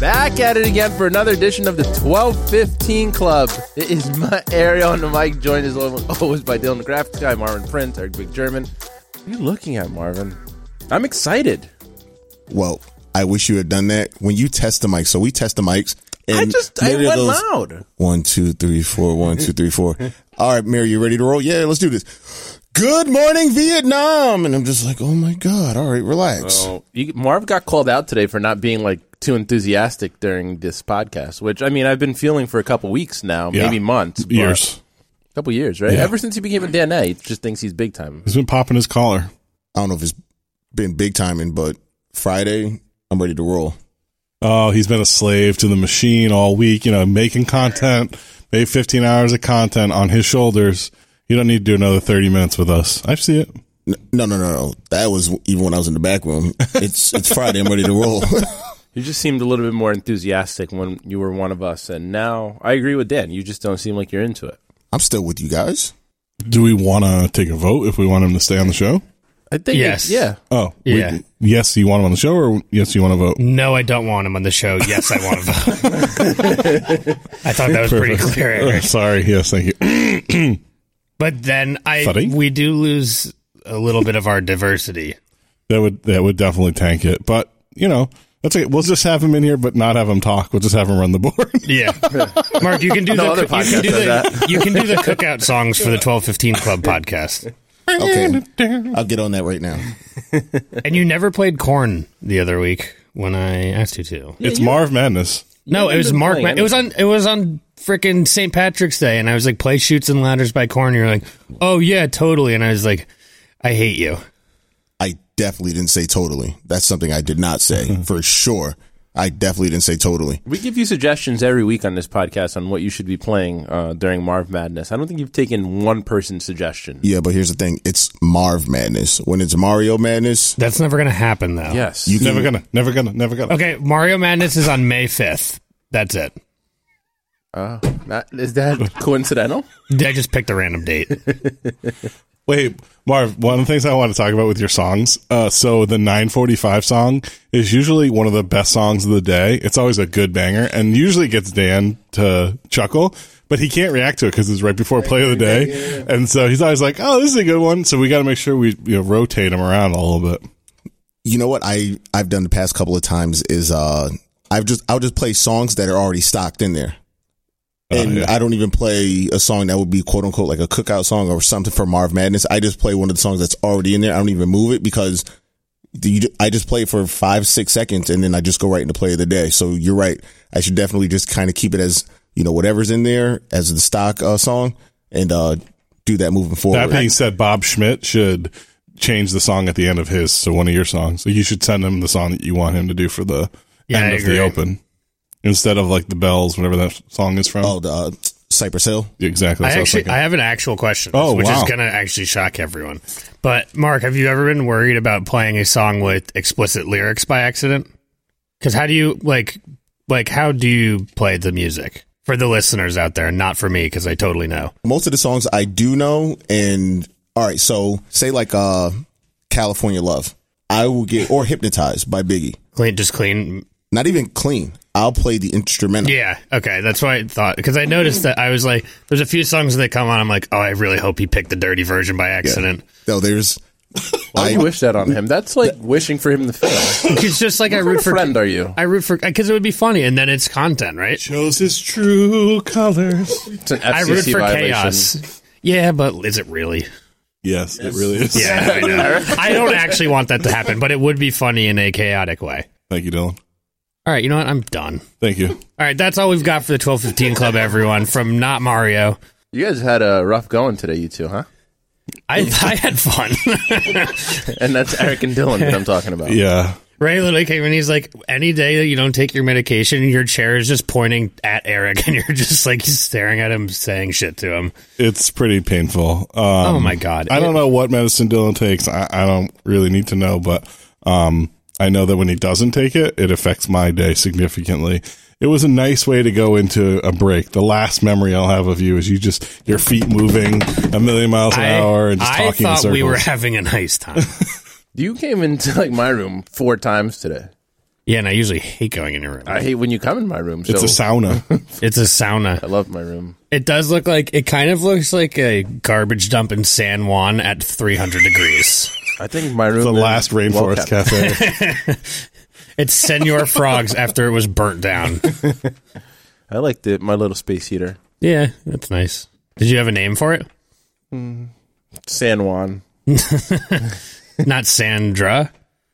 Back at it again for another edition of the 1215 Club. It is my Ariel on the mic, joined as always by Dylan the Graphics Guy, Marvin Prince, Eric Big German. What are you looking at, Marvin? I'm excited. Well, I wish you had done that when you test the mic. So we test the mics. And I just, I Mary went goes, loud. One, two, three, four. One, two, three, four. All right, Mary, you ready to roll? Yeah, let's do this. Good morning, Vietnam. And I'm just like, oh my God. All right, relax. Oh, You, Marv got called out today for not being like too enthusiastic during this podcast, which I mean, I've been feeling for a couple weeks now, Yeah. maybe months. but- Years. couple years, right? Yeah. Ever since he became a DNA, he just thinks he's big time. He's been popping his collar. I don't know if it's been big timing, but Friday, I'm ready to roll. Oh, he's been a slave to the machine all week, you know, making content, made 15 hours of content on his shoulders. You don't need to do another 30 minutes with us. I see it. N- No, no, no, no. That was even when I was in the back room. It's it's Friday. I'm ready to roll. You just seemed a little bit more enthusiastic when you were one of us, and now I agree with Dan. You just don't seem like you're into it. I'm still with you guys. Do we want to take a vote if we want him to stay on the show? I think Yes. yeah. Oh, Yeah. We, yes, you want him on the show or yes, you want to vote? No, I don't want him on the show. Yes, I want to vote. I thought that was pretty clear. Uh, Eric. Sorry. Yes, thank you. But then I Sorry? we do lose a little bit of our diversity. That would that would definitely tank it. But, you know, that's okay. We'll just have him in here, but not have him talk. We'll just have him run the board. Yeah, Mark, you can do No the other you podcast can do does the, you can do the cookout songs for the twelve fifteen club podcast. Okay, I'll get on that right now. And you never played corn the other week when I asked you to. it's Marv Madness. No, it was been Mark. playing Ma- it was on. It was on freaking St. Patrick's Day, and I was like, "Play shoots and ladders by corn." You're like, "Oh yeah, totally." And I was like, "I hate you." I definitely didn't say totally. That's something I did not say for sure. I definitely didn't say totally. We give you suggestions every week on this podcast on what you should be playing uh, during Marv Madness. I don't think you've taken one person's suggestion. Yeah, but here's the thing: it's Marv Madness. When it's Mario Madness, That's never gonna happen though. Yes, you can, Never gonna, never gonna, never gonna. Okay, Mario Madness is on May fifth. That's it. Not- is that coincidental? I just picked a random date. Wait, Marv, one of the things I want to talk about with your songs. Uh, so the 945 song is usually one of the best songs of the day. It's always a good banger and usually gets Dan to chuckle, but he can't react to it because it's right before play of the day. And so he's always like, oh, this is a good one. So we got to make sure we you know, rotate him around a little bit. you know what I I've done the past couple of times is uh I've just I'll just play songs that are already stocked in there, and Oh, yeah. I don't even play a song that would be quote unquote like a cookout song or something for Marv Madness. I just play one of the songs that's already in there. I don't even move it because you, I just play it for five six seconds and then I just go right into play of the day. So you're right. I should definitely just kind of keep it as you know whatever's in there as the stock uh, song and uh do that moving forward. That being said, Bob Schmidt should change the song at the end of his to one of your songs. So you should send him the song that you want him to do for the Yeah, end I of the agree. open instead of like the bells, whatever that song is from. oh, the uh, Cypress Hill. Exactly. I That's what was actually, thinking. I have an actual question, Oh, which wow. is gonna actually shock everyone. But Mark, have you ever been worried about playing a song with explicit lyrics by accident? Because how do you like, like how do you play the music for the listeners out there, not for me because I totally know. most of the songs I do know and all right, so say like uh California Love. I will get or hypnotized by Biggie. Clean, just clean. Not even clean. I'll play the instrumental. Yeah, okay, that's what I thought because I noticed that I was like, there's a few songs that come on. I'm like, oh, I really hope he picked the dirty version by accident. So there's Why do you I- wish that on him? That's like wishing for him to fail. It's just like I What root for. friend are you? I root for because it would be funny, and then it's content, right? shows his true colors. It's an FCC I root for violation. chaos. Yeah, but is it really? Yes, it really is. Yeah, I, know. I don't actually want that to happen, but it would be funny in a chaotic way. Thank you, Dylan. All right, you know what? I'm done. Thank you. All right, that's all we've got for the 1215 Club, everyone, from Not Mario. You guys had a rough going today, you two, huh? I, I had fun. And that's Eric and Dylan that I'm talking about. Yeah. Ray literally came in. He's like, any day that you don't take your medication, your chair is just pointing at Eric, and you're just like staring at him, saying shit to him. It's pretty painful. Um, Oh my God. I don't know what medicine Dylan takes. I, I don't really need to know, but um, I know that when he doesn't take it, it affects my day significantly. It was a nice way to go into a break. The last memory I'll have of you is you just your feet moving a million miles an hour and just I talking in thought circles. we were having a nice time. You came into like my room four times today. yeah, and I usually hate going in your room. I hate when you come in my room. So it's a sauna. It's a sauna. I love my room. It does look like it kind of looks like a garbage dump in San Juan at 300 degrees. I think my room. the is last well rainforest kept. cafe. It's Senor Frogs after it was burnt down. I like the my little space heater. Yeah, that's nice. Did you have a name for it? San Juan. Not Sandra.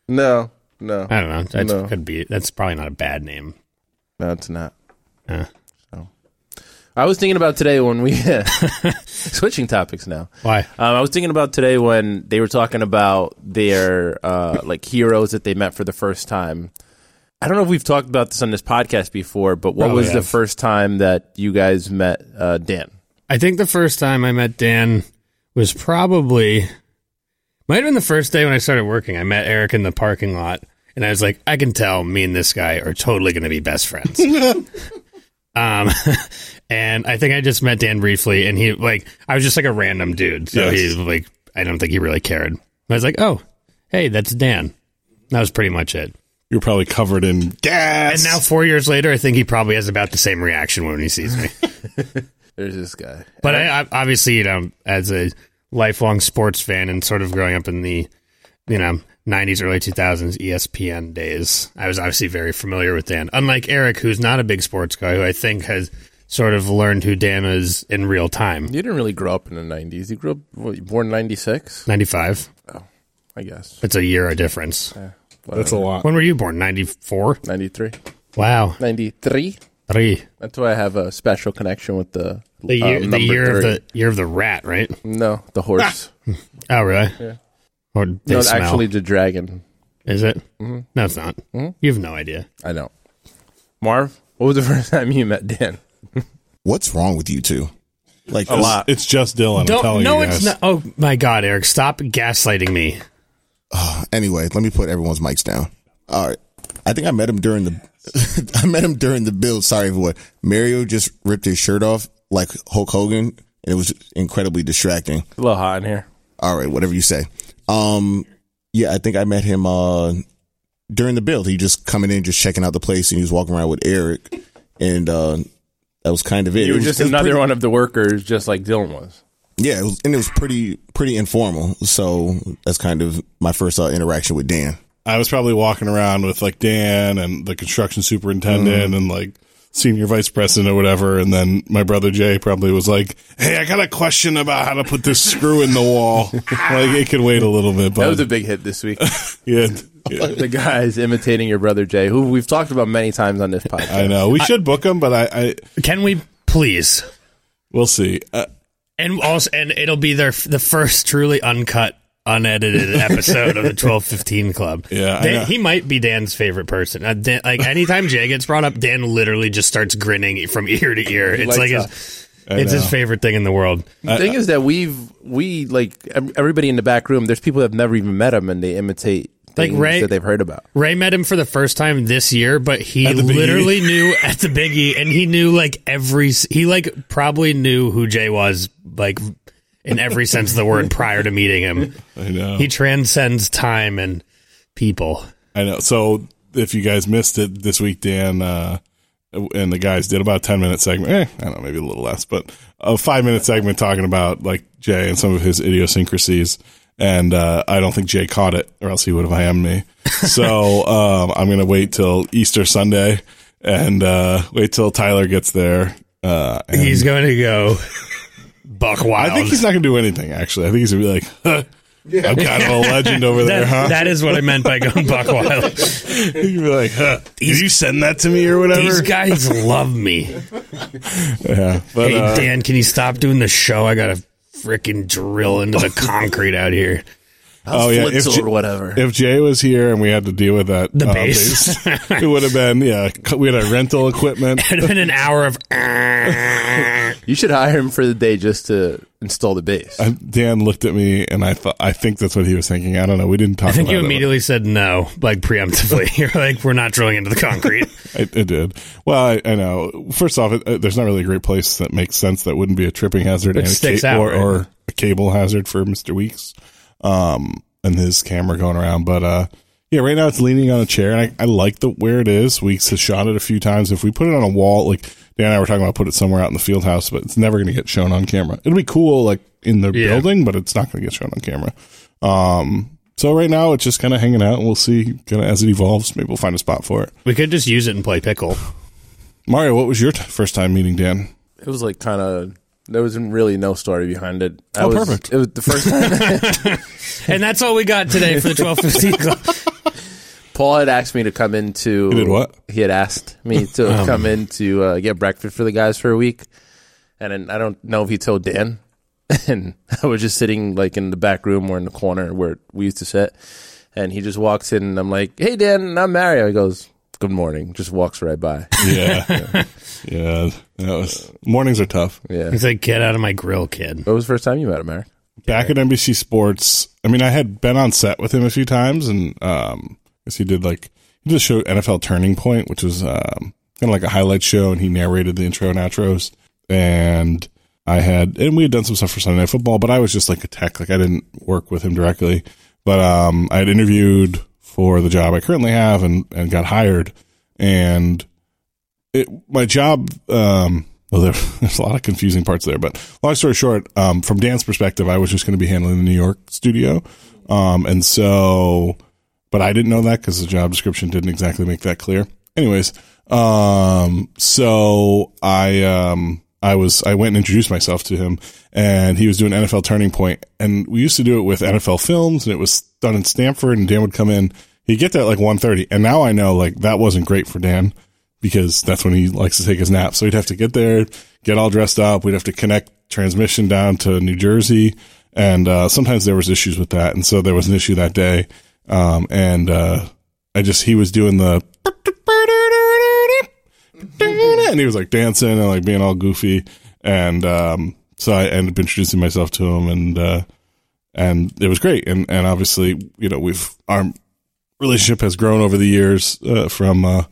No, no, I don't know. That No. could be. That's probably not a bad name. no, it's not. Uh, I was thinking about today when we switching topics now. why? Um, I was thinking about today when they were talking about their uh, like heroes that they met for the first time. I don't know if we've talked about this on this podcast before, but what Probably was the have. first time that you guys met uh, Dan? I think the first time I met Dan was probably might have been the first day when I started working. I met Eric in the parking lot, and I was like, I can tell me and this guy are totally going to be best friends. um, and I think I just met Dan briefly, and he like I was just like a random dude, so Yes. he like I don't think he really cared. I was like, oh, hey, that's Dan. That was pretty much it. You're probably covered in gas. And now four years later, I think he probably has about the same reaction when he sees me. There's this guy. But I, I obviously, you know, as a lifelong sports fan and sort of growing up in the, you know, 90s, early E 2000s ESPN days, I was obviously very familiar with Dan. Unlike Eric, who's not a big sports guy, who I think has sort of learned who Dan is in real time. You didn't really grow up in the '90s. You grew up what, you born '96, 95. I guess. It's a year of difference. that's a lot. When were you born? 94? 93, Wow. 93. Three. That's why I have a special connection with the The uh, year, number the year of three. the year of the rat, right? no the horse. Oh, really? Yeah. Or they no, smell. actually mm-hmm. the dragon. is it? No, it's not. You have no idea. I know. Marv, what was the first time you met Dan? What's wrong with you two? Like It's- It's just Dylan. I'm telling no, you guys. it's not. Oh my God, Eric, stop gaslighting me. Anyway, let me put everyone's mics down. All right. I think I met him during the I met him during the build. Sorry everyone. Mario just ripped his shirt off like Hulk Hogan and it was incredibly distracting. A little hot in here. All right, whatever you say. Um yeah, I think I met him uh during the build. He just coming in, just checking out the place and he was walking around with Eric and uh that was kind of You it. It were was- just it was another pretty- one of the workers, just like Dylan was. Yeah, it was, and it was pretty pretty informal. So that's kind of my first uh, interaction with Dan. I was probably walking around with like Dan and the construction superintendent Mm. and like senior vice president or whatever. And then my brother Jay probably was like, Hey, I got a question about how to put this screw in the wall. like it could wait a little bit, That was but a big hit this week. yeah, yeah, the guys imitating your brother Jay, who we've talked about many times on this podcast. I know we should book him, but I, I Can we please? we'll see. Uh, And also, and it'll be their the first truly uncut, unedited episode of the twelve fifteen Club. Yeah, I Dan- know. he might be Dan's favorite person. Uh, Dan, like anytime Jay gets brought up, Dan literally just starts grinning from ear to ear. It's lights like up. his, it's his favorite thing in the world. The thing is that we've we like ev- everybody in the back room. There's people that have never even met him, and they imitate Like things Ray- that they've heard about. Ray met him for the first time this year, but he the Big E. literally knew at the biggie, and he knew like every he like probably knew who Jay was like in every sense of the word prior to meeting him. I know. He transcends time and people. I know. So if you guys missed it this week, Dan uh, and the guys did about a ten minute segment. Eh, I don't know, maybe a little less, but a five minute segment talking about like Jay and some of his idiosyncrasies. And uh, I don't think Jay caught it, or else he would have IM'd me. So um, I'm gonna wait till Easter Sunday and uh, wait till Tyler gets there. Uh, and He's going to go buck wild. I think he's not gonna do anything. Actually, I think he's gonna be like. Huh, I'm kind of a legend over there, that, huh? that is what I meant by going buck wild. You'd be like, huh, did you send that to me or whatever? These guys love me. yeah, but Hey uh, Dan, can you stop doing the show? I gotta freaking drill into the concrete out here. Oh yeah, if, Flitzel J- or whatever. if Jay was here and we had to deal with that The uh, bass. bass, it would have been yeah. c- We had our rental equipment. It'd have been an hour of. you should hire him for the day just to install the bass. Uh, Dan looked at me and I thought I think that's what he was thinking. I don't know. We didn't talk. I think about you it. immediately said no, like preemptively. You're like, we're not drilling into the concrete. It, it did. Well, I, I know. First off, it, uh, there's not really a great place that makes sense that wouldn't be a tripping hazard and a sticks out, or, right? or a cable hazard for Mr. Weeks um, and his camera going around. But uh, yeah, right now it's leaning on a chair, and I, I like the where it is. Weeks has shot it a few times. If we put it on a wall, like Dan and I were talking about, put it somewhere out in the field house, but it's never going to get shown on camera. It'll be cool, like in the Yeah. building, but it's not going to get shown on camera. Um, so right now it's just kind of hanging out, and we'll see kind of as it evolves. Maybe we'll find a spot for it. We could just use it and play pickle. Mario, what was your t- first time meeting Dan? It was like kind of. There wasn't really no story behind it. I Oh, was, perfect. It was the first time And that's all we got today for the 1215 Club. Paul had asked me to come in to. You did what? Um. He had asked me to come in to uh, get breakfast for the guys for a week, and then I don't know if he told Dan. And I was just sitting like in the back room or in the corner where we used to sit, and he just walks in, and I'm like, "Hey, Dan, I'm Mario." He goes, "Good morning." Just walks right by. Yeah, yeah. That was mornings are tough. Yeah, He's like, get out of my grill, kid. what was the first time you met him, Eric? Back at NBC Sports, I mean, I had been on set with him a few times, and um, I guess he did like he did a show NFL Turning Point, which was um, kind of like a highlight show, and he narrated the intro and outros. And I had, and we had done some stuff for Sunday Night Football, but I was just like a tech, like I didn't work with him directly. But um, I had interviewed for the job I currently have, and and got hired, and it, my job um well there, there's a lot of confusing parts there but long story short um from dan's perspective i was just going to be handling the new york studio um and so but i didn't know that because the job description didn't exactly make that clear anyways um so i um I was I went and introduced myself to him, and he was doing NFL Turning Point, and we used to do it with NFL Films, and it was done in Stanford. And Dan would come in, he'd get there at like 1.30, and now I know like that wasn't great for Dan because that's when he likes to take his nap. So he'd have to get there, get all dressed up. We'd have to connect transmission down to New Jersey, and uh, sometimes there was issues with that. And so there was an issue that day, um, and uh, I just he was doing the and he was like dancing and like being all goofy, and um, so I ended up introducing myself to him, and uh, and it was great, and and obviously you know we've our relationship has grown over the years uh, from uh,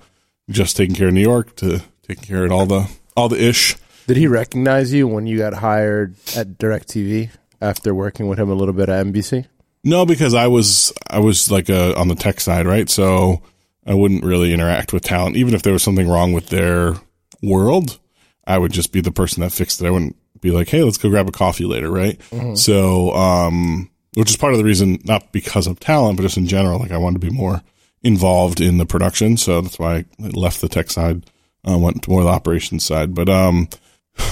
just taking care of New York to taking care of all the all the ish. Did he recognize you when you got hired at DirecTV after working with him a little bit at NBC? No, because I was I was like uh on the tech side, right? So I wouldn't really interact with talent, even if there was something wrong with their world. I would just be the person that fixed it. I wouldn't be like, "Hey, let's go grab a coffee later," right? So, um, which is part of the reason, not because of talent, but just in general, like I wanted to be more involved in the production. So that's why I left the tech side, uh, went to more the operations side. But um,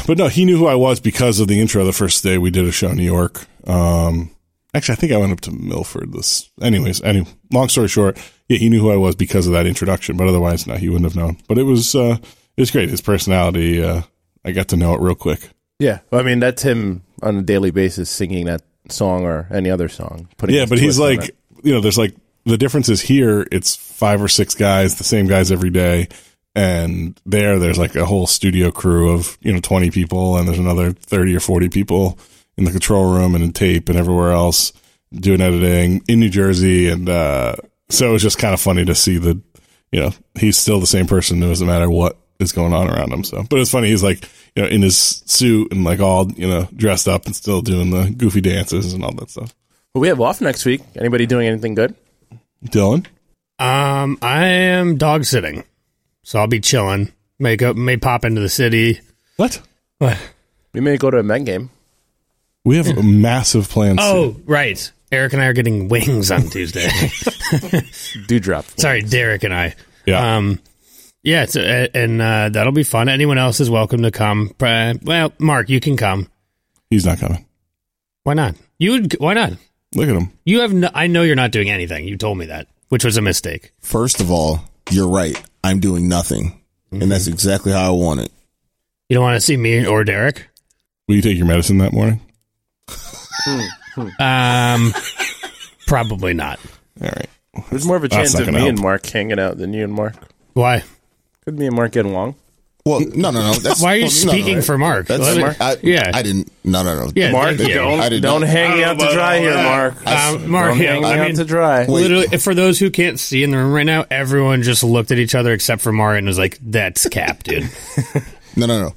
but no, he knew who I was because of the intro. The first day we did a show in New York. Um, actually, I think I went up to Milford. This, anyways. Any long story short, yeah, he knew who I was because of that introduction. But otherwise, no, he wouldn't have known. But it was uh, it was great. His personality, uh, I got to know it real quick. Yeah, well, I mean that's him on a daily basis singing that song or any other song. Putting Yeah, his but he's twist on like, it. you know, there's like the difference is here, it's five or six guys, the same guys every day. And there, there's like a whole studio crew of, you know, 20 people, and there's another 30 or 40 people in the control room and in tape and everywhere else doing editing in New Jersey. And, uh, so it was just kind of funny to see the, you know, he's still the same person. It doesn't matter what is going on around him. So, but it's funny. He's like, you know, in his suit and like all, you know, dressed up and still doing the goofy dances and all that stuff. But we have off next week. Anybody doing anything good? Dylan? Um, I am dog sitting, so I'll be chilling. May go, may pop into the city. What? What? We may go to a men game. We have massive plans. Oh, right. Eric and I are getting wings on Tuesday. Dewdrop. Sorry, Derek and I. Yeah. Um, yeah, it's, uh, and uh, that'll be fun. Anyone else is welcome to come. Uh, well, Mark, you can come. He's not coming. Why not? You would. Why not? Look at him. You have. No, I know you're not doing anything. You told me that, which was a mistake. First of all, you're right. I'm doing nothing, and that's Mm-hmm. exactly how I want it. You don't want to see me or Derek. Will you take your medicine that morning? Um, Probably not. All right. There's more of a That's chance not of me gonna and help. Mark hanging out than you and Mark. Why? Could me and Mark get along? Well, no, no, no. That's, Why are you well, no, no, speaking no. for Mark? That's Let me- Mark. I, yeah. I didn't. No, no, no. Yeah, Mark, thank you. don't I did don't not- hang me I out don't know to about dry all here, that. Mark. Uh, Mark, don't yeah, hang me I out mean, to dry. Wait. Literally, for those who can't see in the room right now, everyone just looked at each other except for Mario and was like, "That's cap, dude." No, no, no.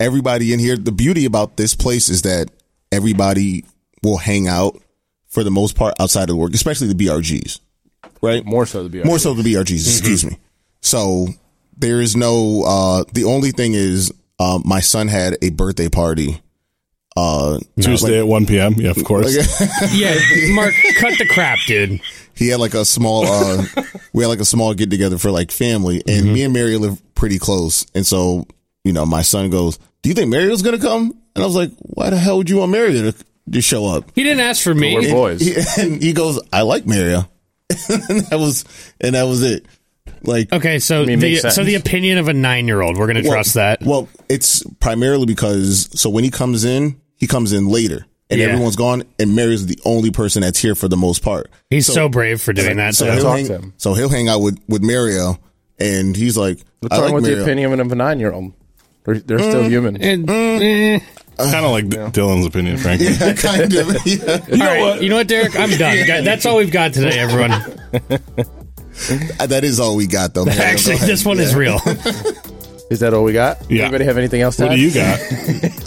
Everybody in here. The beauty about this place is that everybody will hang out for the most part outside of work, especially the BRGs. Right. More so the BRG. More so the BRGs. Mm-hmm. Excuse me. So there is no. Uh, the only thing is, uh, my son had a birthday party. Uh, Tuesday at 1 p.m. Yeah, of course. yeah, Mark, cut the crap, dude. he had like a small uh we had like a small get together for like family and Mm-hmm. me and Mary live pretty close and so you know my son goes do you think Mary was gonna come and I was like why the hell would you want Mary to, to show up He didn't ask for We're me. boys. He- and he goes I like Maria and that was and that was it like Okay, so mean, the makes sense. so the opinion of a nine year old, we're gonna well- trust that. well it's primarily because so when he comes in he comes in later and Yeah. everyone's gone and Mary's the only person that's here for the most part He's so, brave for doing that. so though. he'll, Talk hang, to him. so he'll hang out with with Mario, and he's like, What's I wrong like with the Mario. opinion of a nine year old? They're, they're Mm. still human. And, eh. kind of like D- Dylan's opinion, frankly. kind of. Yeah. All right, you know what, Derek? I'm done. Guy- That's all we've got today, everyone. That is all we got though. Mario. Actually, Go ahead. this one is real. Is that all we got? Yeah. Anybody have anything else to What add? do you got?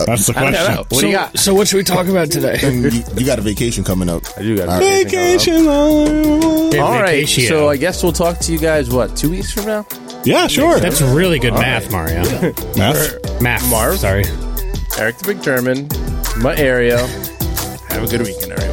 That's the I don't know. question. What do you got? so, what should we talk about today? And you, you got a vacation coming up. I do got All right. vacation. All right. Vacation. So I guess we'll talk to you guys, what, two weeks from now? Yeah, sure. That's really good math, Mario. Math. Math. Marv? Sorry. Eric the Big German, my Ariel. Have a good weekend, Ariel.